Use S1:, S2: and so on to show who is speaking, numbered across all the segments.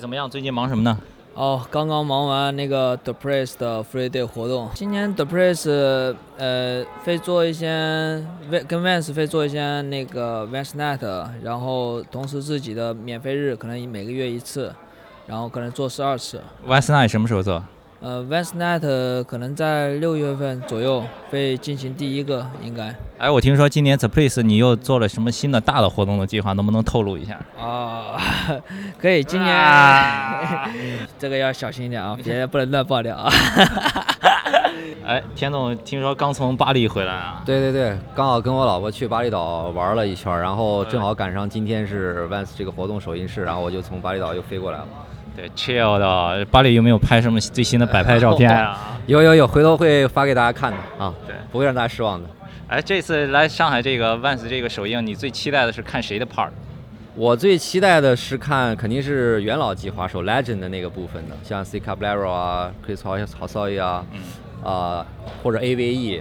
S1: 怎么样？最近忙什么呢？
S2: 哦，刚刚忙完那个 The Press 的 Free Day 活动。今年 The Press 呃会做一些跟 Vans 会做一些那个 Vans Night，然后同时自己的免费日可能每个月一次，然后可能做十二次。
S1: Vans Night 什么时候做？
S2: 呃，Vans Night 可能在六月份左右会进行第一个，应该。
S1: 哎，我听说今年 The Place 你又做了什么新的大的活动的计划，能不能透露 一下？
S2: 哦， 可以，今年、
S1: 啊
S2: 这个要小心一点啊，别不能乱爆 料啊。
S1: 哎，田总，听说刚从巴黎回来啊？
S3: 对对对，刚好跟我老婆去巴厘岛玩了一圈，然后正好赶上今天是 Vans 这个活动首映式，然后我就从巴厘岛又飞过来了。
S1: 对，chill 的。巴黎有没有拍什么最新的摆拍照片 啊？
S3: 有有有，回头会发给大家看的啊，
S1: 对
S3: 不会让大家失望的。
S1: 哎，这次来上海这个 Vans 这个首映，你最期待的是看谁的 part？
S3: 我最期待的是看，肯定是元老级滑手 Legend 的那个部分的，像 C Cablero 啊，Chris Hall Hall 啊，
S1: 嗯
S3: 啊、或者 AVE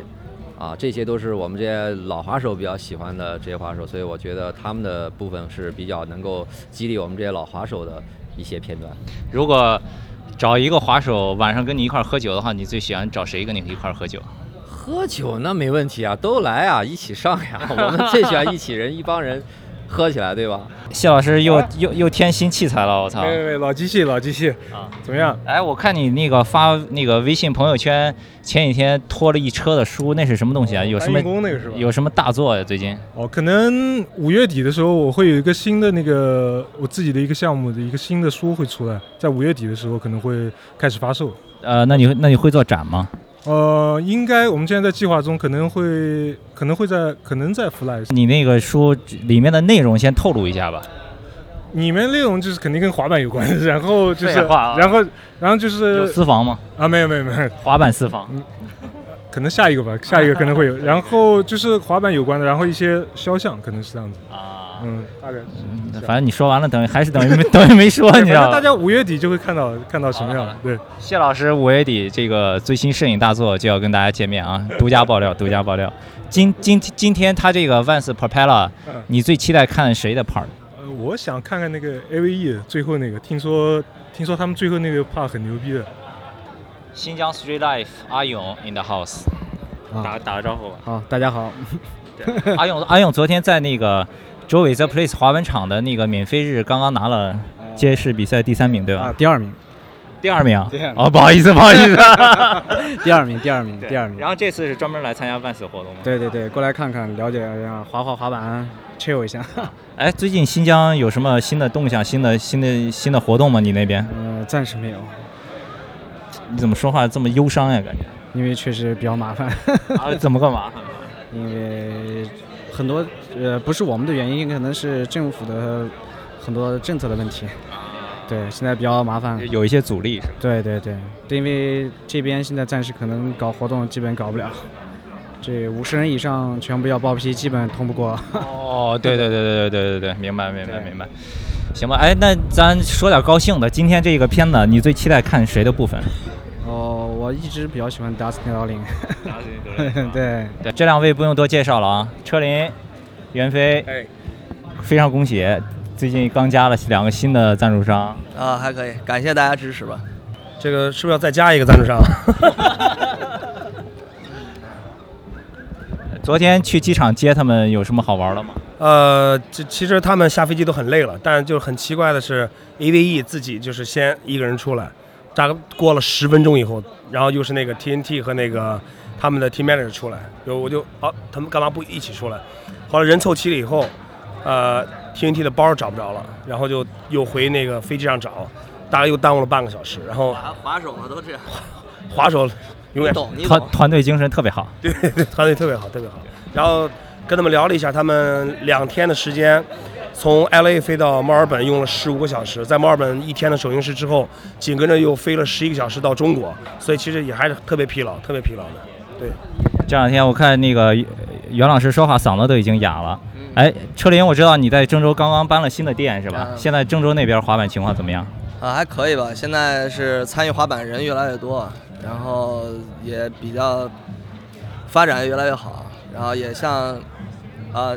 S3: 啊，这些都是我们这些老滑手比较喜欢的职业滑手，所以我觉得他们的部分是比较能够激励我们这些老滑手的一些片段。
S1: 如果找一个滑手晚上跟你一块儿喝酒的话，你最喜欢找谁跟你一块儿喝酒？
S3: 喝酒那没问题啊，都来啊，一起上 呀，我们最喜欢一起人一帮人喝起来，对吧？啊
S1: 谢老师又又又添新器材了，我操！
S4: 喂喂喂，老机器，老机器，
S1: 啊
S4: 怎么样？
S1: 哎，我看你那个发那个微信朋友圈，前几天拖了一车的书，那是什么东西啊？有什么
S4: 搬运哦工那个是吧
S1: 有什么大作呀、最近
S4: 哦，可能五月底的时候，我会有一个新的那个我自己的一个项目的一个新的书会出来，在五月底的时候可能会开始发售。
S1: 呃，那你那你会做展吗？
S4: 呃，应该我们现在在计划中，可能会可能会在可能在 Fly
S1: 你那个书里面的内容先透露一下吧。
S4: 里面内容就是肯定跟滑板有关，然后就是
S1: 废话啊
S4: 然后然后就
S1: 有
S4: 是
S1: 私房吗？
S4: 啊没有没有没有，
S1: 滑板私房。
S4: 可能下一个吧，下一个可能会 有，然后就是滑板有关的，然后一些肖像可能是这样子，
S1: 啊，
S4: 嗯，大概是这样。
S1: 反正你说完了，等于还是等于没 等于没说，
S4: 对
S1: 你知
S4: 反
S1: 道
S4: 正大
S1: 吗？
S4: 家五月底就会看到看到什么样
S1: 好了
S4: 了。对，
S1: 谢老师五月底这个最新摄影大作就要跟大家见面啊！独家爆 料，独家爆料。今今今天他这个 Vans Propella，
S4: 嗯
S1: 你最期待看谁的 part？
S4: 呃，我想看看那个 AVE 最后那个，听说听说他们最后那个 part 很牛逼的。
S1: 新疆 Street Life 阿勇哦 in the house，、
S3: 啊
S1: 打打个招呼吧。
S5: 好，大家好。
S1: 阿勇阿勇昨天在那个周伟 The Place 滑板场的那个免费日刚刚拿了街市比赛第三名，对吧？
S5: 啊，第二名，
S1: 第二名啊
S5: 第二名
S1: 哦，不好意思，不好意思。
S5: 第二名，第二名，第二名。
S1: 然后这次是专门来参加万斯活动吗？。
S5: 对对对，过来看看，了解一下，滑滑滑板，chill 一下。
S1: 哎，最近新疆有什么新的动向、新的、新的、新的活动吗？你那边
S5: 呃，暂时没有，
S1: 你怎么说话这么忧伤呀？感觉
S5: 因为确实比较麻烦，
S1: 啊，怎么个麻烦？
S5: 因为很多呃不是我们的原因，可能是政府的很多政策的问题。
S1: 啊
S5: 对，现在比较麻烦。
S1: 有一些阻力是吧？
S5: 对对对，因为这边现在暂时可能搞活动基本搞不了，这五十人以上全部要报批，基本通不过。
S1: 哦，对对对对对对对对，明白明白明白。行吧，哎，那咱说点高兴的。今天这个片子，你最期待看谁的部分？
S5: 哦，我一直比较喜欢 Dustin Darling。对，
S1: 对，这两位不用多介绍了啊。车林、袁飞，
S4: 哎，
S1: 非常恭喜，最近刚加了两个新的赞助商。
S6: 啊，还可以，感谢大家支持吧。
S7: 这个是不是要再加一个赞助商？
S1: 昨天去机场接他们，有什么好玩的吗？
S7: 呃，这其实他们下飞机都很累了，但就是很奇怪的是，AVE 自己就是先一个人出来，大概过了十分钟以后，然后又是那个 TNT 和那个他们的 Team Manager 出来，就我就啊，他们干嘛不一起出来？后来人凑齐了以后，呃，TNT 的包找不着了，然后就又回那个飞机上找，大概又耽误了半个小时，然后
S6: 滑滑手嘛，都这样，
S7: 滑手永
S6: 你
S7: 远
S6: 懂，你
S1: 团
S6: 懂。
S1: 团队精神特别好。
S7: 对， 团队特别好，特别好。然后跟他们聊了一下，他们两天的时间，从 LA 飞到墨尔本用了十五个小时，在墨尔本一天的首映式之后，紧跟着又飞了十一个小时到中国，所以其实也还是特别疲劳，特别疲劳的。
S1: 这两天我看那个呃袁老师说话嗓子都已经哑了。哎，车林，我知道你在郑州刚刚搬了新的店是吧？
S6: 嗯
S1: 现在郑州那边滑板情况怎么样？
S6: 啊，还可以吧。现在是参与滑板人越来越多，然后也比较发展越来越好，然后也像啊、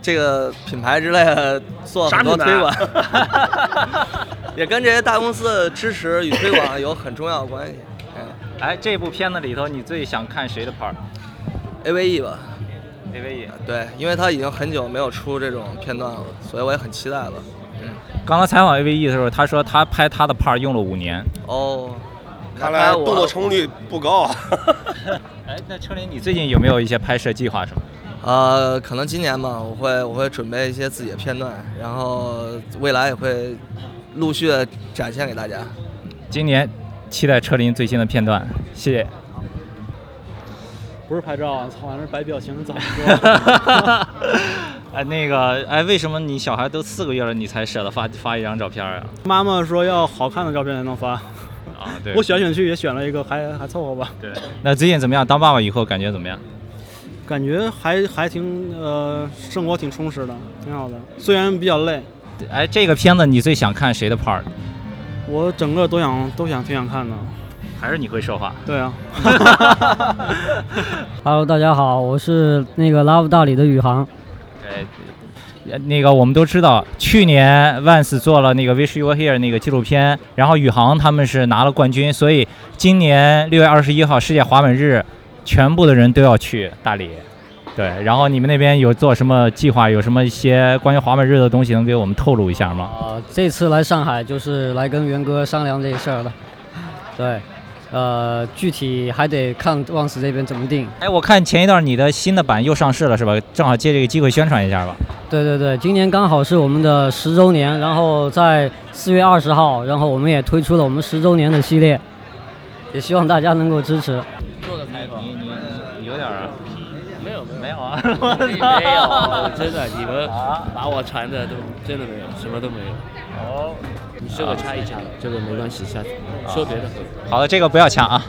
S6: 这个品牌之类的做很多
S7: 啥啊品
S6: 推
S7: 牌
S6: 广
S7: 啊。
S6: 也跟这些大公司的支持与推广有很重要的关系。嗯
S1: 哎，这部片子里头，你最想看谁的 part？A
S6: ，AVE E 吧，
S1: V E。
S6: 对，因为它已经很久没有出这种片段了，所以我也很期待嗯了。
S1: 刚才采访 A V E 的时候，他说他拍他的 part 用了五年。
S6: 哦，
S8: 看来
S6: 我
S8: 动作成功率不高 啊。
S1: 哎，那车林，你最近有没有一些拍摄计划什么的？
S6: 呃，可能今年吧，我会我会准备一些自己的片段，然后未来也会陆续的展现给大家。
S1: 今年期待车林最新的片段，谢谢。
S9: 不是拍照啊，操，完了摆表情咋 说？
S1: 哎，那个，哎，为什么你小孩都四个月了，你才舍得发发一张照片啊？
S9: 妈妈说要好看的照片才能发，
S1: 啊，对
S9: 我选选去也选了一个，还还凑合吧，
S1: 对。那最近怎么样？当爸爸以后感觉怎么样？
S9: 感觉还还挺呃，生活挺充实的，挺好的。虽然比较累，
S1: 哎，这个片子你最想看谁的 part？
S9: 我整个都想都想挺想看的。
S1: 还是你会说话？
S9: 对 啊，
S10: Hello，大家好，我是那个 Love 大理的宇航。
S1: 对，哎呃那个我们都知道，去年 Vans 做了那个《Wish You Were Here》那个纪录片，然后宇航他们是拿了冠军，所以今年六月二十一号世界滑板日，全部的人都要去大理。对，然后你们那边有做什么计划？有什么一些关于滑板日的东西能给我们透露一下吗？
S10: 啊、这次来上海就是来跟元哥商量这事儿了。对，呃，具体还得看旺石这边怎么定。
S1: 哎，我看前一段你的新的版又上市了，是吧？正好借这个机会宣传一下吧。
S10: 对对对，今年刚好是我们的十周年，然后在四月二十号，然后我们也推出了我们十周年的系列，也希望大家能够支持。
S1: 你你你有点儿啊？
S11: 没有没有
S1: 没有 啊？
S11: 没有，啊真的，你们把我缠的都真的没有，什么都没有。
S1: 哦，啊
S11: 你这个插一下，这个没关系，下次说别的。
S1: 好的，这个不要 抢啊。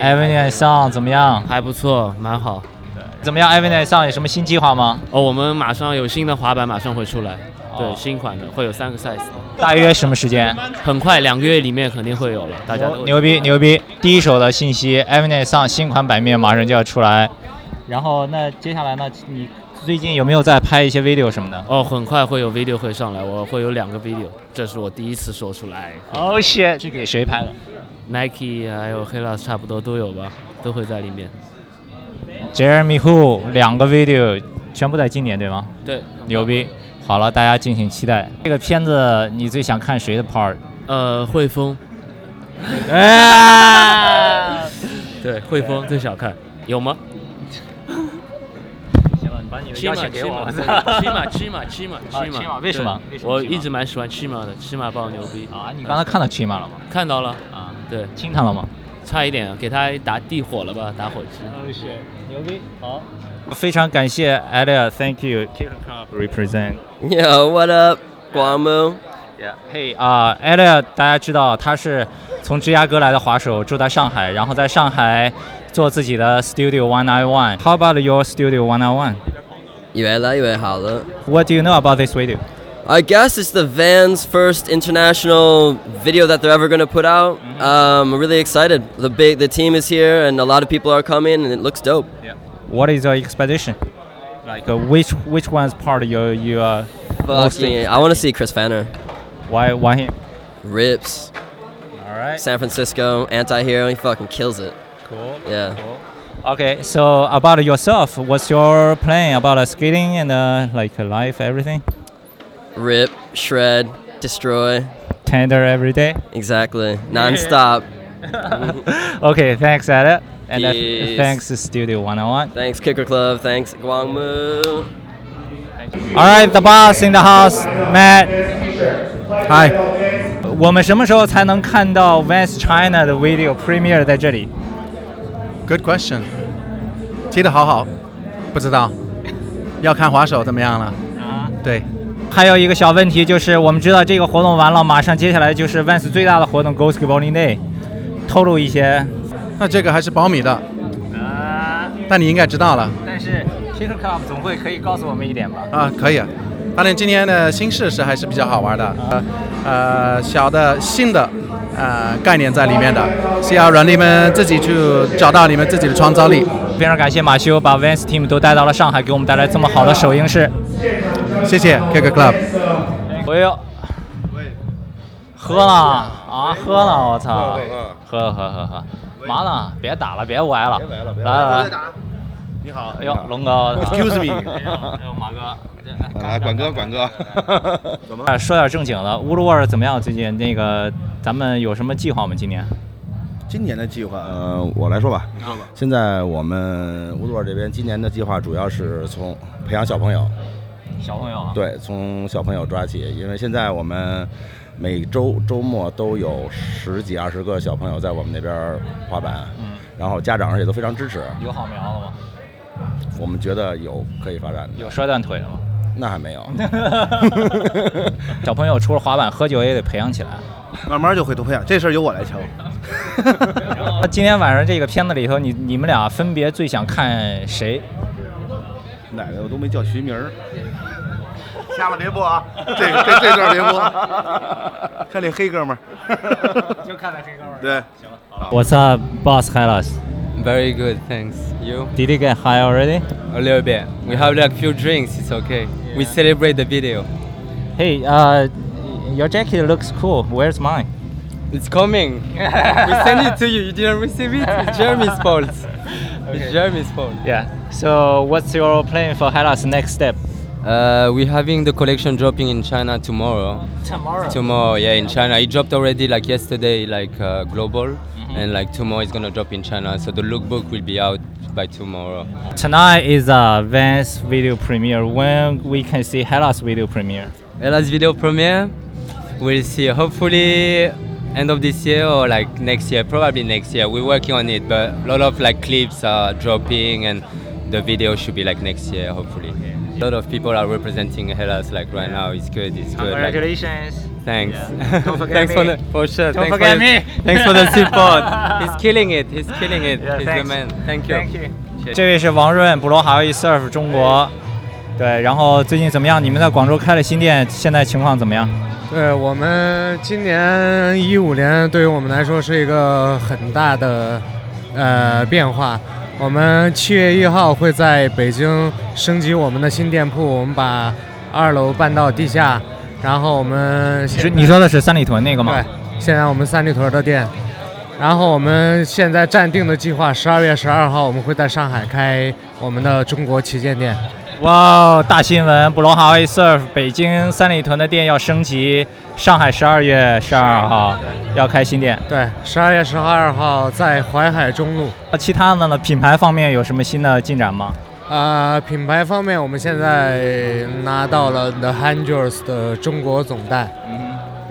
S1: 艾文念上怎么样？
S11: 还不错，蛮好。
S1: 怎么样？艾文念上有什么新计划吗？
S11: 哦，我们马上有新的滑板，马上会出来。
S1: 哦
S11: 对，新款的会有三个 size，
S1: 大约什么时间？
S11: 很快两个月里面肯定会有了，大家都
S1: 牛逼牛逼！第一手的信息，艾文念上新款版面马上就要出来。然后那接下来呢？你最近有没有在拍一些 video 什么的？
S11: 哦，很快会有 video 会上来，我会有两个 video，这是我第一次说出来。
S1: 哦、shit！是给谁拍的？
S11: Nike 还有 h e l a s 差不多都有吧，都会在里 面。
S1: Jeremy Hu 两个 video 全部在今年对吗？
S11: 对，
S1: 牛逼！好了，大家敬请期待。这个片子你最想看谁的 part？
S11: 呃，汇丰，
S1: 哎，
S11: 对，汇丰最想看，有吗？
S1: 行了，你把你的
S11: 骑
S1: 邀
S11: 马，
S1: 请给
S11: 骑
S1: 我
S11: 马，
S1: 吧。
S11: 骑 马，骑马，骑马，
S1: 啊骑马为什么为
S11: 对
S1: 什么
S11: 我
S1: 骑马
S11: 一直蛮喜欢骑马的，骑马爆牛逼
S1: 啊，你刚才看到 Chima 了吗？
S11: 看到了，
S1: 啊，
S11: 对，
S1: 亲他了吗？
S11: 差一点啊给他打地火了吧，打火机。
S1: Oh 牛逼，好。非常感谢 Elia，Thank you。Kick Club represent。
S6: Yeah, what up，广门？
S1: Yeah，嘿啊 e l i a 大家知道他是从芝加哥来的滑手，住在上海，然后在上海做自己的 Studio One I One。How about your Studio One I One？
S12: 越来越好了。
S1: What do you know about this video?
S12: I guess it's the Vans' first international video that they're ever going to put out.
S1: Mm-hmm.
S12: Um, I'm really excited. The big the team is here, and a lot of people are coming, and it looks dope.
S1: What is your expedition? Like uh, which which one's part you you are
S12: Fuck yeah. I want to see Chris Fanner.
S1: uh, why why him?
S12: Rips.
S1: All right.
S12: San Francisco anti-hero. He fucking kills it.
S1: Cool.
S12: Yeah.
S1: Cool. Okay, so about yourself, what's your plan about uh, skating and uh, like uh, life, everything?
S12: Rip. Shred. Destroy.
S1: Tender every day.
S12: Exactly. Non-stop.
S1: Okay, thanks, Ada, and uh,
S12: Yes.
S1: thanks to Studio 101.
S12: Thanks Kicker Club. Thanks Guangmu.
S1: All right, the boss in the house, Matt.
S5: 嗨，
S1: 我们什么时候才能看到 Vans China 的 video premiere 在这里？
S13: Good question，提的好好，不知道，要看滑手怎么样了。
S1: 啊，
S13: 对，
S1: 还有一个小问题就是，我们知道这个活动完了，马上接下来就是 Vans 最大的活动 Go Skateboarding Day，透露一些。
S13: 那这个还是保密的，
S1: 啊，
S13: 但你应该知道了
S1: 但是 k i c k Club 总会可以告诉我们一点吧？
S13: 啊，可以。当然，今天的新试试还是比较好玩的，呃，呃小的新的呃概念在里面的，是要让你们自己去找到你们自己的创造力。
S1: 非常感谢马修把 Vans Team 都带到了上海，给我们带来这么好的首映式。
S13: 谢谢 Kick Club。
S1: 我有。喝了啊，喝了，我操
S8: 嗯嗯！
S1: 喝了喝了喝了喝了，麻了，别打了，别歪了，别歪了，
S8: 别
S1: 来来来，
S8: 你好，
S1: 哎呦，龙哥
S8: Excuse me
S1: 哎呦哎呦马哥，
S8: 来，管哥，管哥，怎
S1: 啊， 说点正经的，乌鲁沃尔怎么样？最近那个咱们有什么计划吗？今年？
S14: 今年的计划，呃，我来说吧。现在我们乌鲁尔这边今年的计划主要是从培养小朋友，
S1: 小朋友啊，
S14: 对，从小朋友抓起，因为现在我们每周周末都有十几二十个小朋友在我们那边滑板，
S1: 嗯，
S14: 然后家长也都非常支持，
S1: 有好苗了吗？
S14: 我们觉得有可以发展的。
S1: 有摔断腿了吗？
S14: 那还没有。
S1: 小朋友除了滑板，喝酒也得培养起来。
S15: 慢慢就会多培养，这事儿由我来敲。
S1: 那今天晚上这个片子里头，你你们俩分别最想看谁？
S15: 哪个我都没叫徐明儿。
S8: 下面别播啊，
S15: 这个这这段别播， 看这黑哥 们儿，
S8: 就看那黑哥们儿
S15: 对，
S1: What's up, boss? Hellas.
S16: Very good, thanks. You?
S1: Did you get high already?
S16: A little bit. We have like few drinks. It's okay. We celebrate the video.
S1: Hey, uh, your jacket looks cool. Where's mine?
S16: It's coming. we send it to you. You didn't receive it. It's Jeremy's fault. It's Jeremy's fault.
S1: Yeah. So, what's your plan for Hellas next step?
S16: Uh, we're having the collection dropping in China tomorrow.
S1: Tomorrow.
S16: Tomorrow, yeah, in China. It dropped already like yesterday, like uh, global,
S1: Mm-hmm.
S16: and like tomorrow it's gonna drop in China. So the lookbook will be out by tomorrow.
S1: Tonight is a Vans video premiere. When we can see Hellas video premiere?
S16: Ella's video premiere. We'll see. Hopefully, end of this year or like next year. Probably next year. We're working on it, but a lot of like clips are dropping, and the video should be like next year. Hopefully, a lot of people are representing Hellas like right now. It's good. It's good. like- Thanks.
S1: Don't forget
S16: thanks for
S1: me.
S16: the for sure.
S1: Don't
S16: thanks
S1: forget
S16: for the,
S1: me.
S16: Thanks for the support. He's killing it. He's killing it. He's the man. Thank you. Thank you.
S1: 这位是王润，不罗海 surf 中国。对，然后最近怎么样？你们在广州开了新店，现在情况怎么样？
S17: 对我们今年一五年，对于我们来说是一个很大的呃变化。我们七月一号会在北京升级我们的新店铺，我们把二楼搬到地下，然后我们
S1: 是你说的是三里屯那个吗？
S17: 对，现在我们三里屯的店，然后我们现在暂定的计划，十二月十二号我们会在上海开我们的中国旗舰店。
S1: 哇哦，大新闻！布隆哈维 surf 北京三里屯的店要升级，上海十二月十二号要开新店。
S17: 对，十二月十二号在淮海中路。
S1: 那其他的呢？品牌方面有什么新的进展吗？
S17: 呃，品牌方面，我们现在拿到了 The Hundreds 的中国总代，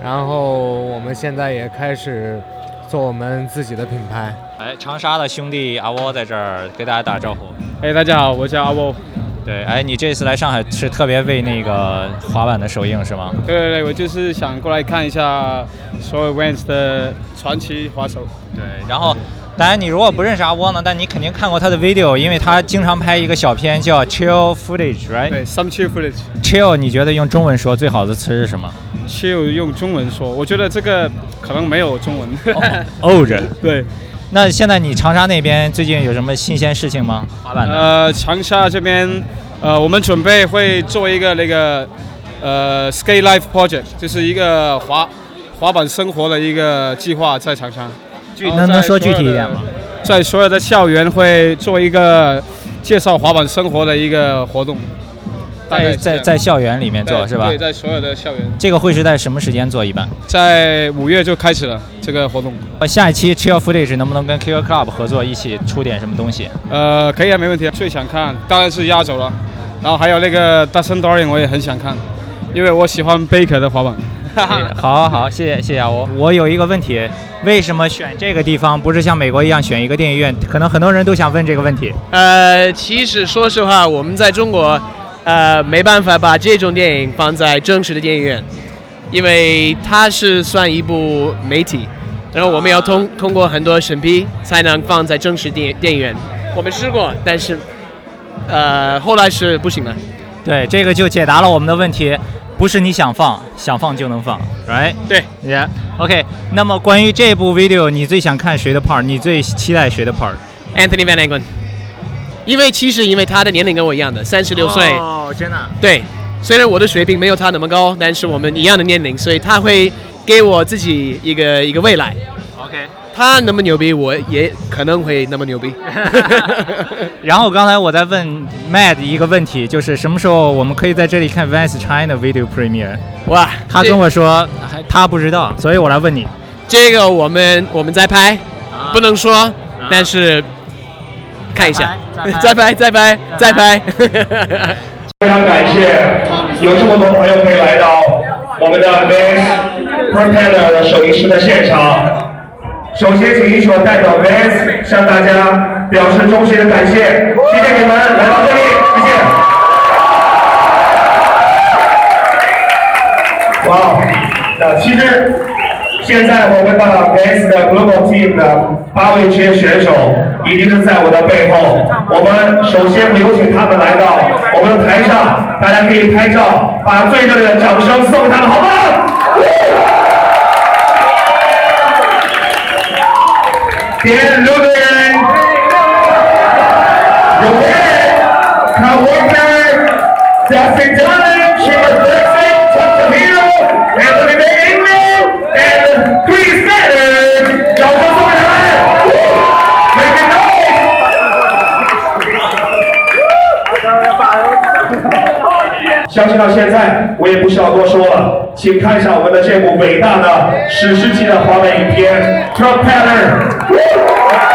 S17: 然后我们现在也开始做我们自己的品牌。
S1: 哎，长沙的兄弟阿窝在这儿给大家打招呼。
S18: 哎，大家好，我叫阿波。
S1: 对，哎，你这次来上海是特别为那个滑板的首映是吗？
S18: 对对对，我就是想过来看一下所有 Vans 的传奇滑手。对，
S1: 然后，当然你如果不认识阿窝呢，但你肯定看过他的 video，因为他经常拍一个小片叫 Chill Footage，right？
S18: 对，Some Chill Footage。
S1: Chill，你觉得用中文说最好的词是什么？
S18: 就用中文说，我觉得这个可能没有中 文。
S1: 怄着。
S18: 对。
S1: 那现在你长沙那边最近有什么新鲜事情吗？滑板的？
S18: 呃，长沙这边，呃，我们准备会做一个那个呃 Skate Life Project，就是一个滑滑板生活的一个计划，在长沙。
S1: 能能说具体一点吗？
S18: 在所有的校园会做一个介绍滑板生活的一个活动，大概
S1: 在
S18: 是这
S1: 在
S18: 样
S1: 在校园里面做
S18: 对
S1: 是吧
S18: 对，？在所有的校园，
S1: 这个会是在什么时间做一般？
S18: 在五月就开始了这个活动。
S1: 呃下一期 Chill Footage 能不能跟 Q Club 合作一起出点什么东西？
S18: 呃，可以啊，没问题啊。最想看当然是压轴了，然后还有那个 Dustin Dorian 我也 很想看，因为我喜欢 Baker 的滑板。
S1: 好好，谢谢谢谢啊，我我有一个问题，为什么选这个地方，不是像美国一样选一个电影院？可能很多人都想问这个问题。
S19: 呃，其实说实话，我们在中国，呃，没办法把这种电影放在正式的电影院，因为它是算一部媒体，然后我们要通通过很多审批才能放在正式电电影院。我们试过，但是，呃，后来是不行了。
S1: 对，这个就解答了我们的问题，不是你想放，想放就能放，right？
S19: 对
S1: ，yeah。OK，那么关于这部 video，你最想看谁的 part？你最期待谁的 part？
S19: Anthony Van Engen，因为其实因为他的年龄跟我一样的，三十六岁。
S1: 哦，真的啊。
S19: 对，虽然我的水平没有他那么高，但是我们一样的年龄，所以他会给我自己一个一个未来。
S20: OK。
S19: 他那么牛逼，我也可能会那么牛逼。
S1: 然后刚才我在问 Mad 一个问题，就是什么时候我们可以在这里看 Vans China Video Premiere？
S19: 哇，
S1: 他跟我说还他不知道，所以我来问你。
S19: 这个我们我们在拍，不能说，但是看一下，再拍再拍 再拍。
S7: 非常感谢有这么多朋友可以来到我们的 Vans Propeller 首映式的现场。首先，请一首代表 Vans 向大家表示衷心的感谢，谢谢你们来到这里，谢谢。哇哦，那其实现在我们的 Vans 的 Global Team 的八位职业选手已经是在我的背后。我们首先有请他们来到我们的台上，大家可以拍照，把最热烈的掌声送给他们，好吗？别留给人，有人，看我们，加薪加人，是不是？相信到现在，我也不需要多说了，请看一下我们的这部伟大的史诗级的华美影片《Propeller》。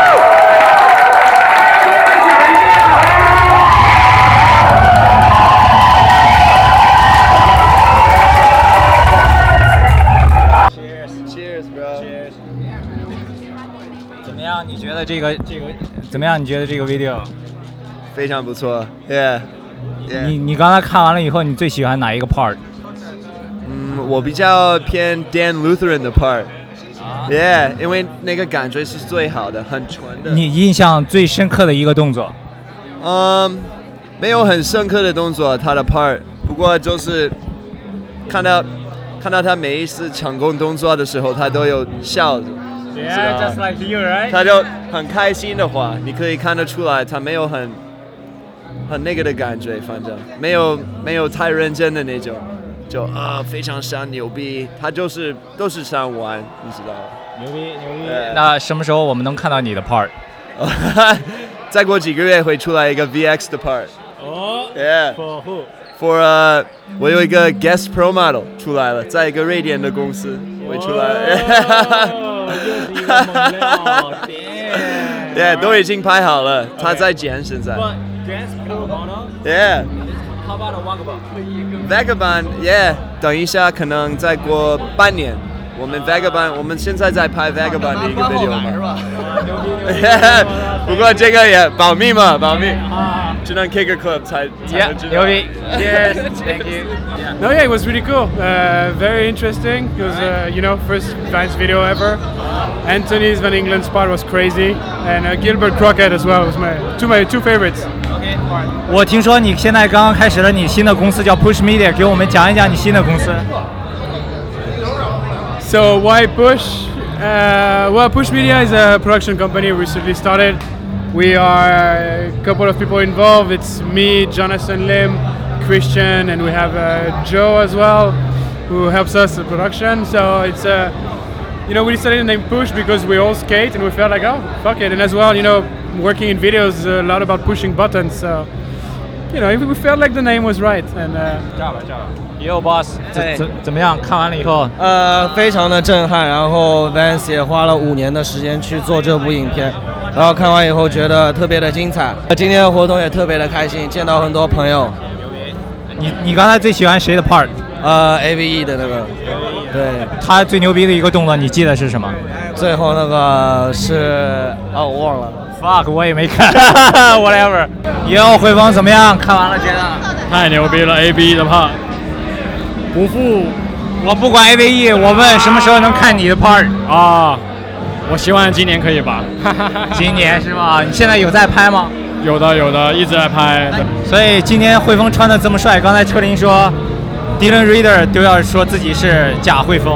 S1: 怎么样？你觉得这个这个怎么样？你觉得这个 video？
S15: 非常不错，Yeah。
S1: 你你刚才看完了以后，你最喜欢哪一个 part？
S15: 嗯，我比较偏 Dan Lutheran 的
S1: 啊
S15: part，Yeah，、因为那个感觉是最好的，很纯的。
S1: 你印象最深刻的一个动作？
S15: 嗯，没有很深刻的动作，他的 part，不过就是看到看到他每一次成功动作的时候，他都有笑着。
S20: Yeah, just like you, right?
S15: 啊他就很开心的话，你可以看得出来，他没有很很那个的感觉，反正没有没有太认真的那种，就啊、非常想牛逼，他就是都是想玩，你知道吗？
S1: 牛逼牛逼
S15: 那
S1: 那什么时候我们能看到你的 part？
S15: 呃 再过几个月会出来一个 VX 的 part。
S20: 哦
S15: ，Yeah。
S20: 保护。
S15: for 呃、我有一个 guest pro model 出来了，在一个瑞典的公司会出来。 对，都已经拍好了，他在剪现在。Yeah。
S20: How about a walkabout?
S15: Vagabond，yeah，等一下可能再过半年，我们 Vagabond，我们现在在拍 Vagabond 的一个 video 嘛。 不过这个也保密嘛，保密，只能 Kicker Club 才才能知道。牛逼
S20: Yes，thank you.
S21: No, yeah, it was really cool. Uh, very interesting. It was, uh, you know, first Vines video ever. Anthony's Van England's part was crazy, and uh, Gilbert Crockett as well was my two my two favorites.
S1: 我听说你现在刚刚开始了你新的公司叫 Push Media，给我们讲一讲你新的公司。
S21: So why Push? Uh, well, Push Media is a production company recently started. We are a couple of people involved. It's me, Jonathan Lim, Christian, and we have uh, Joe as well, who helps us with production. So it's a, you know, we decided to name Push because we all skate and we felt like, oh, fuck it. And as well, you know, working in videos is a lot about pushing buttons. So, you know, we felt like the name was right. And uh,
S1: Yo boss，
S6: 哎
S1: 怎怎怎么样？看完了以后，
S6: 呃，非常的震撼。然后 Vans 也花了五年的时间去做这部影片，然后看完以后觉得特别的精彩。呃今天的活动也特别的开心，见到很多朋友。
S1: 你你刚才最喜欢谁的 part？E
S6: 呃，AVE 的那个，对，
S1: 他最牛逼的一个动作，你记得是什么？
S6: 最后那个是啊，我忘了。
S1: fuck，我也没 看，whatever。哟，汇丰怎么样？ 看完了觉
S18: 啊
S1: 得？
S18: 太牛逼了，AB 的怕不负，
S1: 我不管 AVE，我问什么时候能看你的 part
S18: 啊？我希望今年可以 吧。
S1: 今年是吗？你现在有在拍吗？
S18: 有的有的，一直在拍。
S1: 所以今天汇丰穿的这么帅，刚才车林说，Dylan Reader 都要说自己是假汇丰。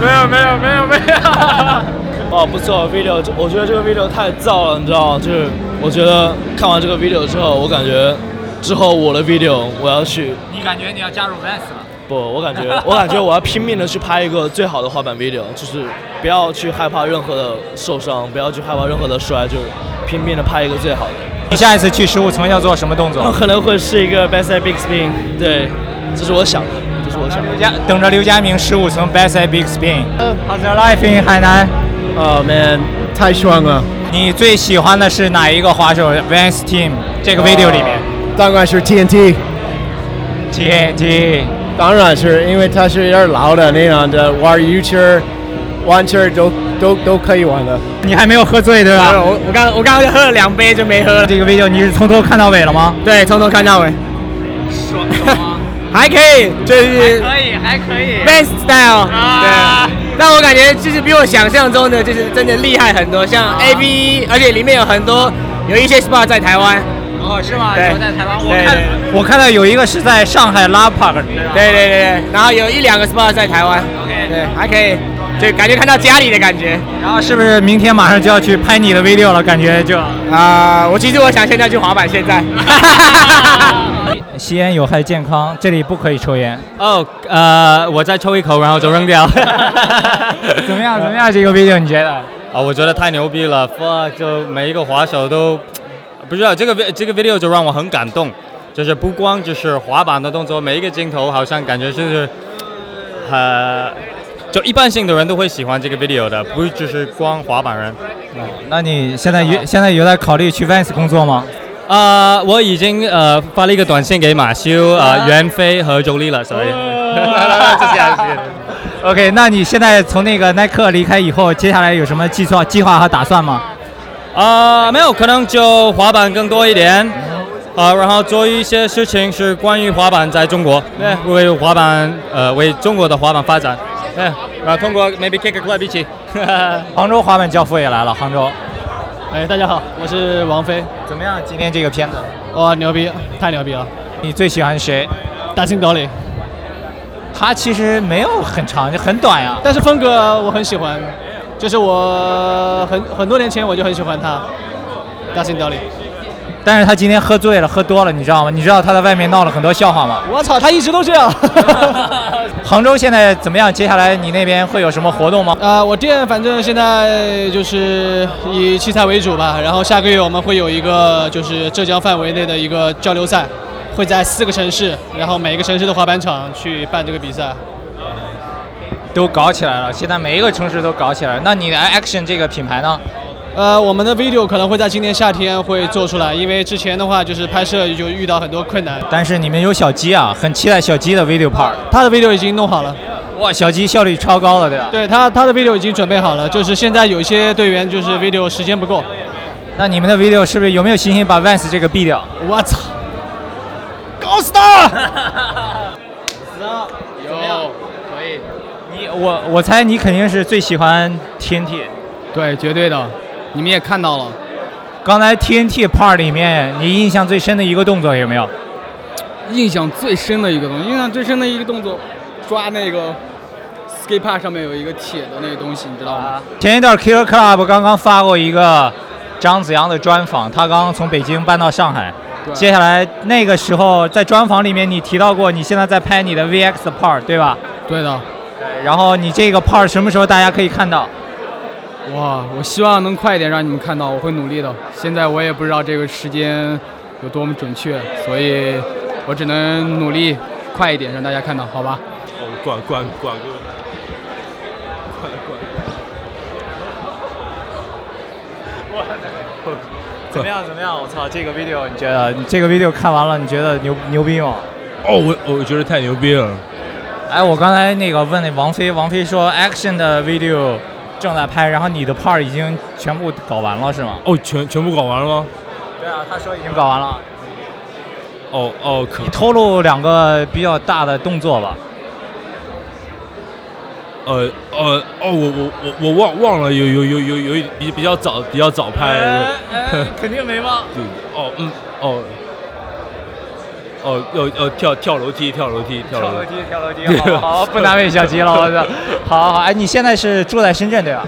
S18: 没有没有没有没有。
S22: 哦，不错，video，这我觉得这个 video 太燥了，你知道吗？就是我觉得看完这个 video 之后，我感觉之后我的 video 我要去
S1: 你感觉你要加入 Vans 了？
S23: 不，我感觉， 我感觉我要拼命的去拍一个最好的滑板 video，就是不要去害怕任何的受伤，不要去害怕任何的摔，就是拼命的拍一个最好的。
S1: 你下一次去十五层要做什么动 作？
S23: 可能会是一个 backside big spin，对，这是我想的，这是我想的。
S1: 家等着刘佳明十五层 backside big spin。How's your life in 海南
S24: ？Oh 呃 man，太爽了！
S1: 你最喜欢的是哪一个滑手？Vans Team 这个 video 里面。
S24: 当然是 TNT。
S1: TNT。
S24: 当然是因为他是有点老的那样的，玩 U 圈、弯圈都都都可以玩的。
S1: 你还没有喝醉对吧？
S24: 我我刚我刚刚喝了两杯就没喝了。
S1: 这个 video 你是从头看到尾了吗？
S24: 对，从头看到尾。
S1: 爽
S24: 还可以，这是
S11: 可以，还可以啊
S24: best style。对，但我感觉就是比我想象中的就是真的厉害很多，
S11: 啊
S24: 像 A B，而且里面有很多有一些 SPA 在台湾。
S11: 哦，是吗？
S24: 对
S11: 你说在台湾，我
S24: 对
S11: 看
S24: 对
S1: 我看到有一个是在上海拉 park，
S24: 对对对对，然后有一两个 SPA 在台湾。
S11: OK
S24: 对，还可以，就感觉看到家里的感觉。
S1: 然后是不是明天马上就要去拍你的 video 了？感觉就
S24: 啊、我其实我想现在去滑板，现在。
S1: 吸烟有害健康，这里不可以抽烟。
S2: 哦，呃，我再抽一口，然后就 扔掉。
S1: 怎么样？怎么样？这个 video 你觉得？
S2: 啊，我觉得太牛逼了，fuck，就每一个滑手都不知道这个 vi- 这个 video 就让我很感动，就是不光就是滑板的动作，每一个镜头好像感觉就是，呃，就一般性的人都会喜欢这个 video 的，不就是光滑板人。
S1: 那你现在有现在有在考虑去 Vans 工作吗？
S2: 呃，我已经呃发了一个短信给马修、
S18: 啊
S2: 呃袁飞和周丽了，所以。
S1: OK，那你现在从那个耐克离开以后，接下来有什么计划、计划和打算吗？
S6: 呃
S2: 啊，没有，可能就滑板更多一点，啊，然后做一些事情是关于滑板在中国，对，为滑板呃为中国的滑板发展，对，
S6: 哎
S2: 然后通过 maybe kick a club 一起。
S1: 杭州滑板教父也来了，杭州。
S23: 哎，大家好，我是王菲。
S1: 怎么样？今天这个片子？
S23: 哇，牛逼，太牛逼了！
S1: 你最喜欢谁？
S23: 大兴岛里。
S1: 他其实没有很长，就很短呀、
S23: 但是风格我很喜欢，就是我很很多年前我就很喜欢他，大兴岛里。
S1: 但是他今天喝醉了，喝多了，你知道吗？你知道他在外面闹了很多笑话吗？
S23: 我操，他一直都这样。
S1: 杭州现在怎么样？接下来你那边会有什么活动 吗？
S23: 啊、我店反正现在就是以器材为主吧，然后下个月我们会有一个就是浙江范围内的一个交流赛，会在四个城市，然后每一个城市的滑板场去办这个比赛。
S1: 都搞起来了，现在每一个城市都搞起来了。那你的 Action 这个品牌呢？
S23: 呃，我们的 video 可能会在今年夏天会做出来，因为之前的话就是拍摄就遇到很多困难。
S1: 但是你们有小鸡啊，很期待小鸡的 video part。
S23: 他的 video 已经弄好了，
S1: 哇，小鸡效率超高了，对吧？
S23: 对他他的 video 已经准备好了，就是现在有一些队员就是 video 时间不够。
S1: 那你们的 video 是不是有没有信心把 Vans 这个毙掉？
S23: 我操！
S1: 搞死 他！
S11: 有可以，
S1: 你我我猜你肯定是最喜欢 TNT。
S3: 对，绝对的。你们也看到了，
S1: 刚才 TNT part 里面，你印象最深的一个动作有没有？
S3: 印象最深的一个东西，印象最深的一个动作，抓那个 skate park 上面有一个铁的那个东西，你知道
S2: 啊
S3: 吗？
S1: 前一段 Killer Club 刚刚发过一个张子阳的专访，他刚刚从北京搬到上海。
S3: 对
S1: 接下来那个时候在专访里面你提到过，你现在在拍你的 VX 的 part 对吧？
S3: 对的。
S1: 然后你这个 part 什么时候大家可以看到？
S3: 哇，我希望能快一点让你们看到，我会努力的。现在我也不知道这个时间有多么准确，所以我只能努力快一点让大家看到，好吧？
S8: 哦，管管管哥，管管。
S1: 怎么样？怎么样？我操，这个 video 你觉得你这个 video 看完了，你觉得牛牛逼吗？
S4: 哦，我我觉得太牛逼了。
S1: 哎，我刚才那个问那王菲，王菲说 action 的 video 正在拍，然后你的 part 已经全部搞完了是吗？
S4: 哦，全全部搞完了吗？
S1: 对啊，他说已经搞 完了。
S4: 哦哦，可
S1: 你透露两个比较大的动作吧。
S4: 呃呃哦，我我我我忘忘了有有有有有一比比较早比较早拍的。
S1: 哎 肯定没忘。
S4: 对，哦嗯哦。哦，要要跳跳楼梯，跳楼梯，跳楼梯，
S1: 跳楼梯好好好不难为小吉了我操好好好，哎，你现在是住在深圳对吧？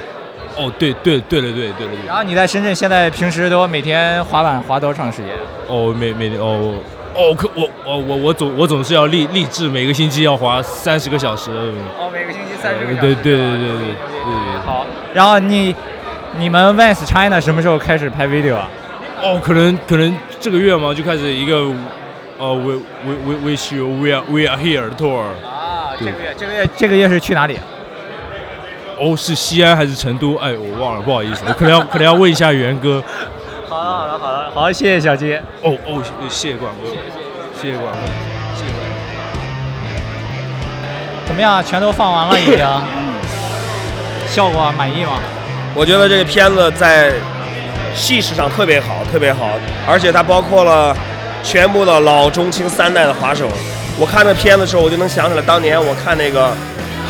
S4: 哦，对对对对对对对。
S1: 然后你在深圳现在平时都每天滑板滑多长时间？
S4: 哦，每每天哦，我
S8: 哦，可我我我我总我总是要立立志，每个星期要滑三十个小时。哦，
S1: 每个星期三十个小
S8: 对
S1: 时。
S8: 对对对对对。
S1: 好，然后你你们 Vans China 什么时候开始拍 video 啊？
S8: 哦，可能可能这个月嘛，就开始一个呃，we we we wish you we are we are here 的 tour。
S1: 啊，这个月这个月这个月是去哪里？
S8: 哦，是西安还是成都？哎，我忘了，不好意思，我可能要可能要问一下元哥。
S1: 好了好了好了，好，谢谢小鸡。
S8: 哦哦，谢谢管哥，谢谢管哥，谢谢管哥。
S1: 怎么样？全都放完了已经，啊效果满意吗？
S7: 我觉得这个片子在戏史上特别好，特别好，而且它包括了全部的老中青三代的滑手。我看这片子的时候，我就能想起来当年我看那个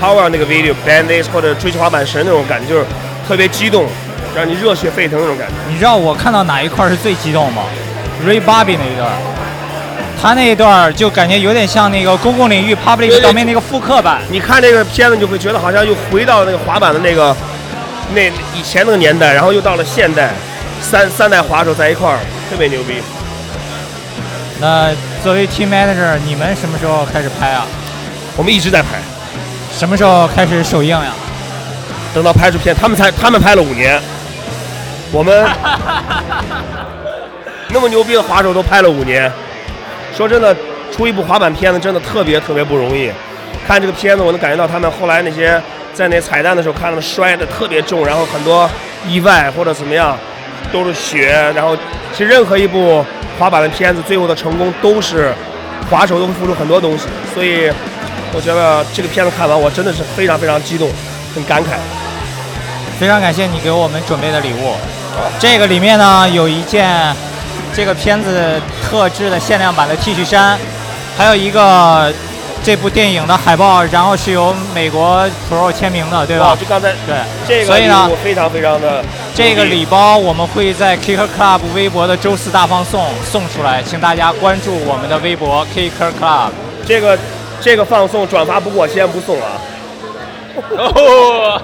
S7: Howard 那个 video Bandage 或者追求滑板神那种感觉，就是特别激动，让你热血沸腾那种感觉。
S1: 你知道我看到哪一块是最激动吗？Ray Bobby 那一段儿，他那一段儿就感觉有点像那个公共领域 public 上面那个复刻版。
S7: 你看这个片子，你就会觉得好像又回到那个滑板的那个那以前那个年代，然后又到了现代，三三代滑手在一块儿，特别牛逼。
S1: 那作为 team manager，你们什么时候开始拍啊？
S7: 我们一直在拍。
S1: 什么时候开始首映呀、
S7: 等到拍出片，他们才他们拍了五年，我们那么牛逼的滑手都拍了五年。说真的，出一部滑板片子真的特别特别不容易。看这个片子，我能感觉到他们后来那些在那彩蛋的时候，看他们摔的特别重，然后很多意外或者怎么样，都是血。然后其实任何一部滑板的片子，最后的成功都是滑手都会付出很多东西。所以我觉得这个片子看完，我真的是非常非常激动，很感慨。
S1: 非常感谢你给我们准备的礼物。这个里面呢有一件这个片子特制的限量版的 T 恤衫，还有一个这部电影的海报，然后是由美国 Pro 签名的，对吧
S7: 哇？就刚才
S1: 对，啊
S7: 这个
S1: 所以呢
S7: 礼物非常非常的
S1: 这个礼包我们会在 Kicker Club 微博的周四大放送送出来，请大家关注我们的微博 Kicker Club。
S7: 这个这个放送转发不过先不送啊。
S1: 哦，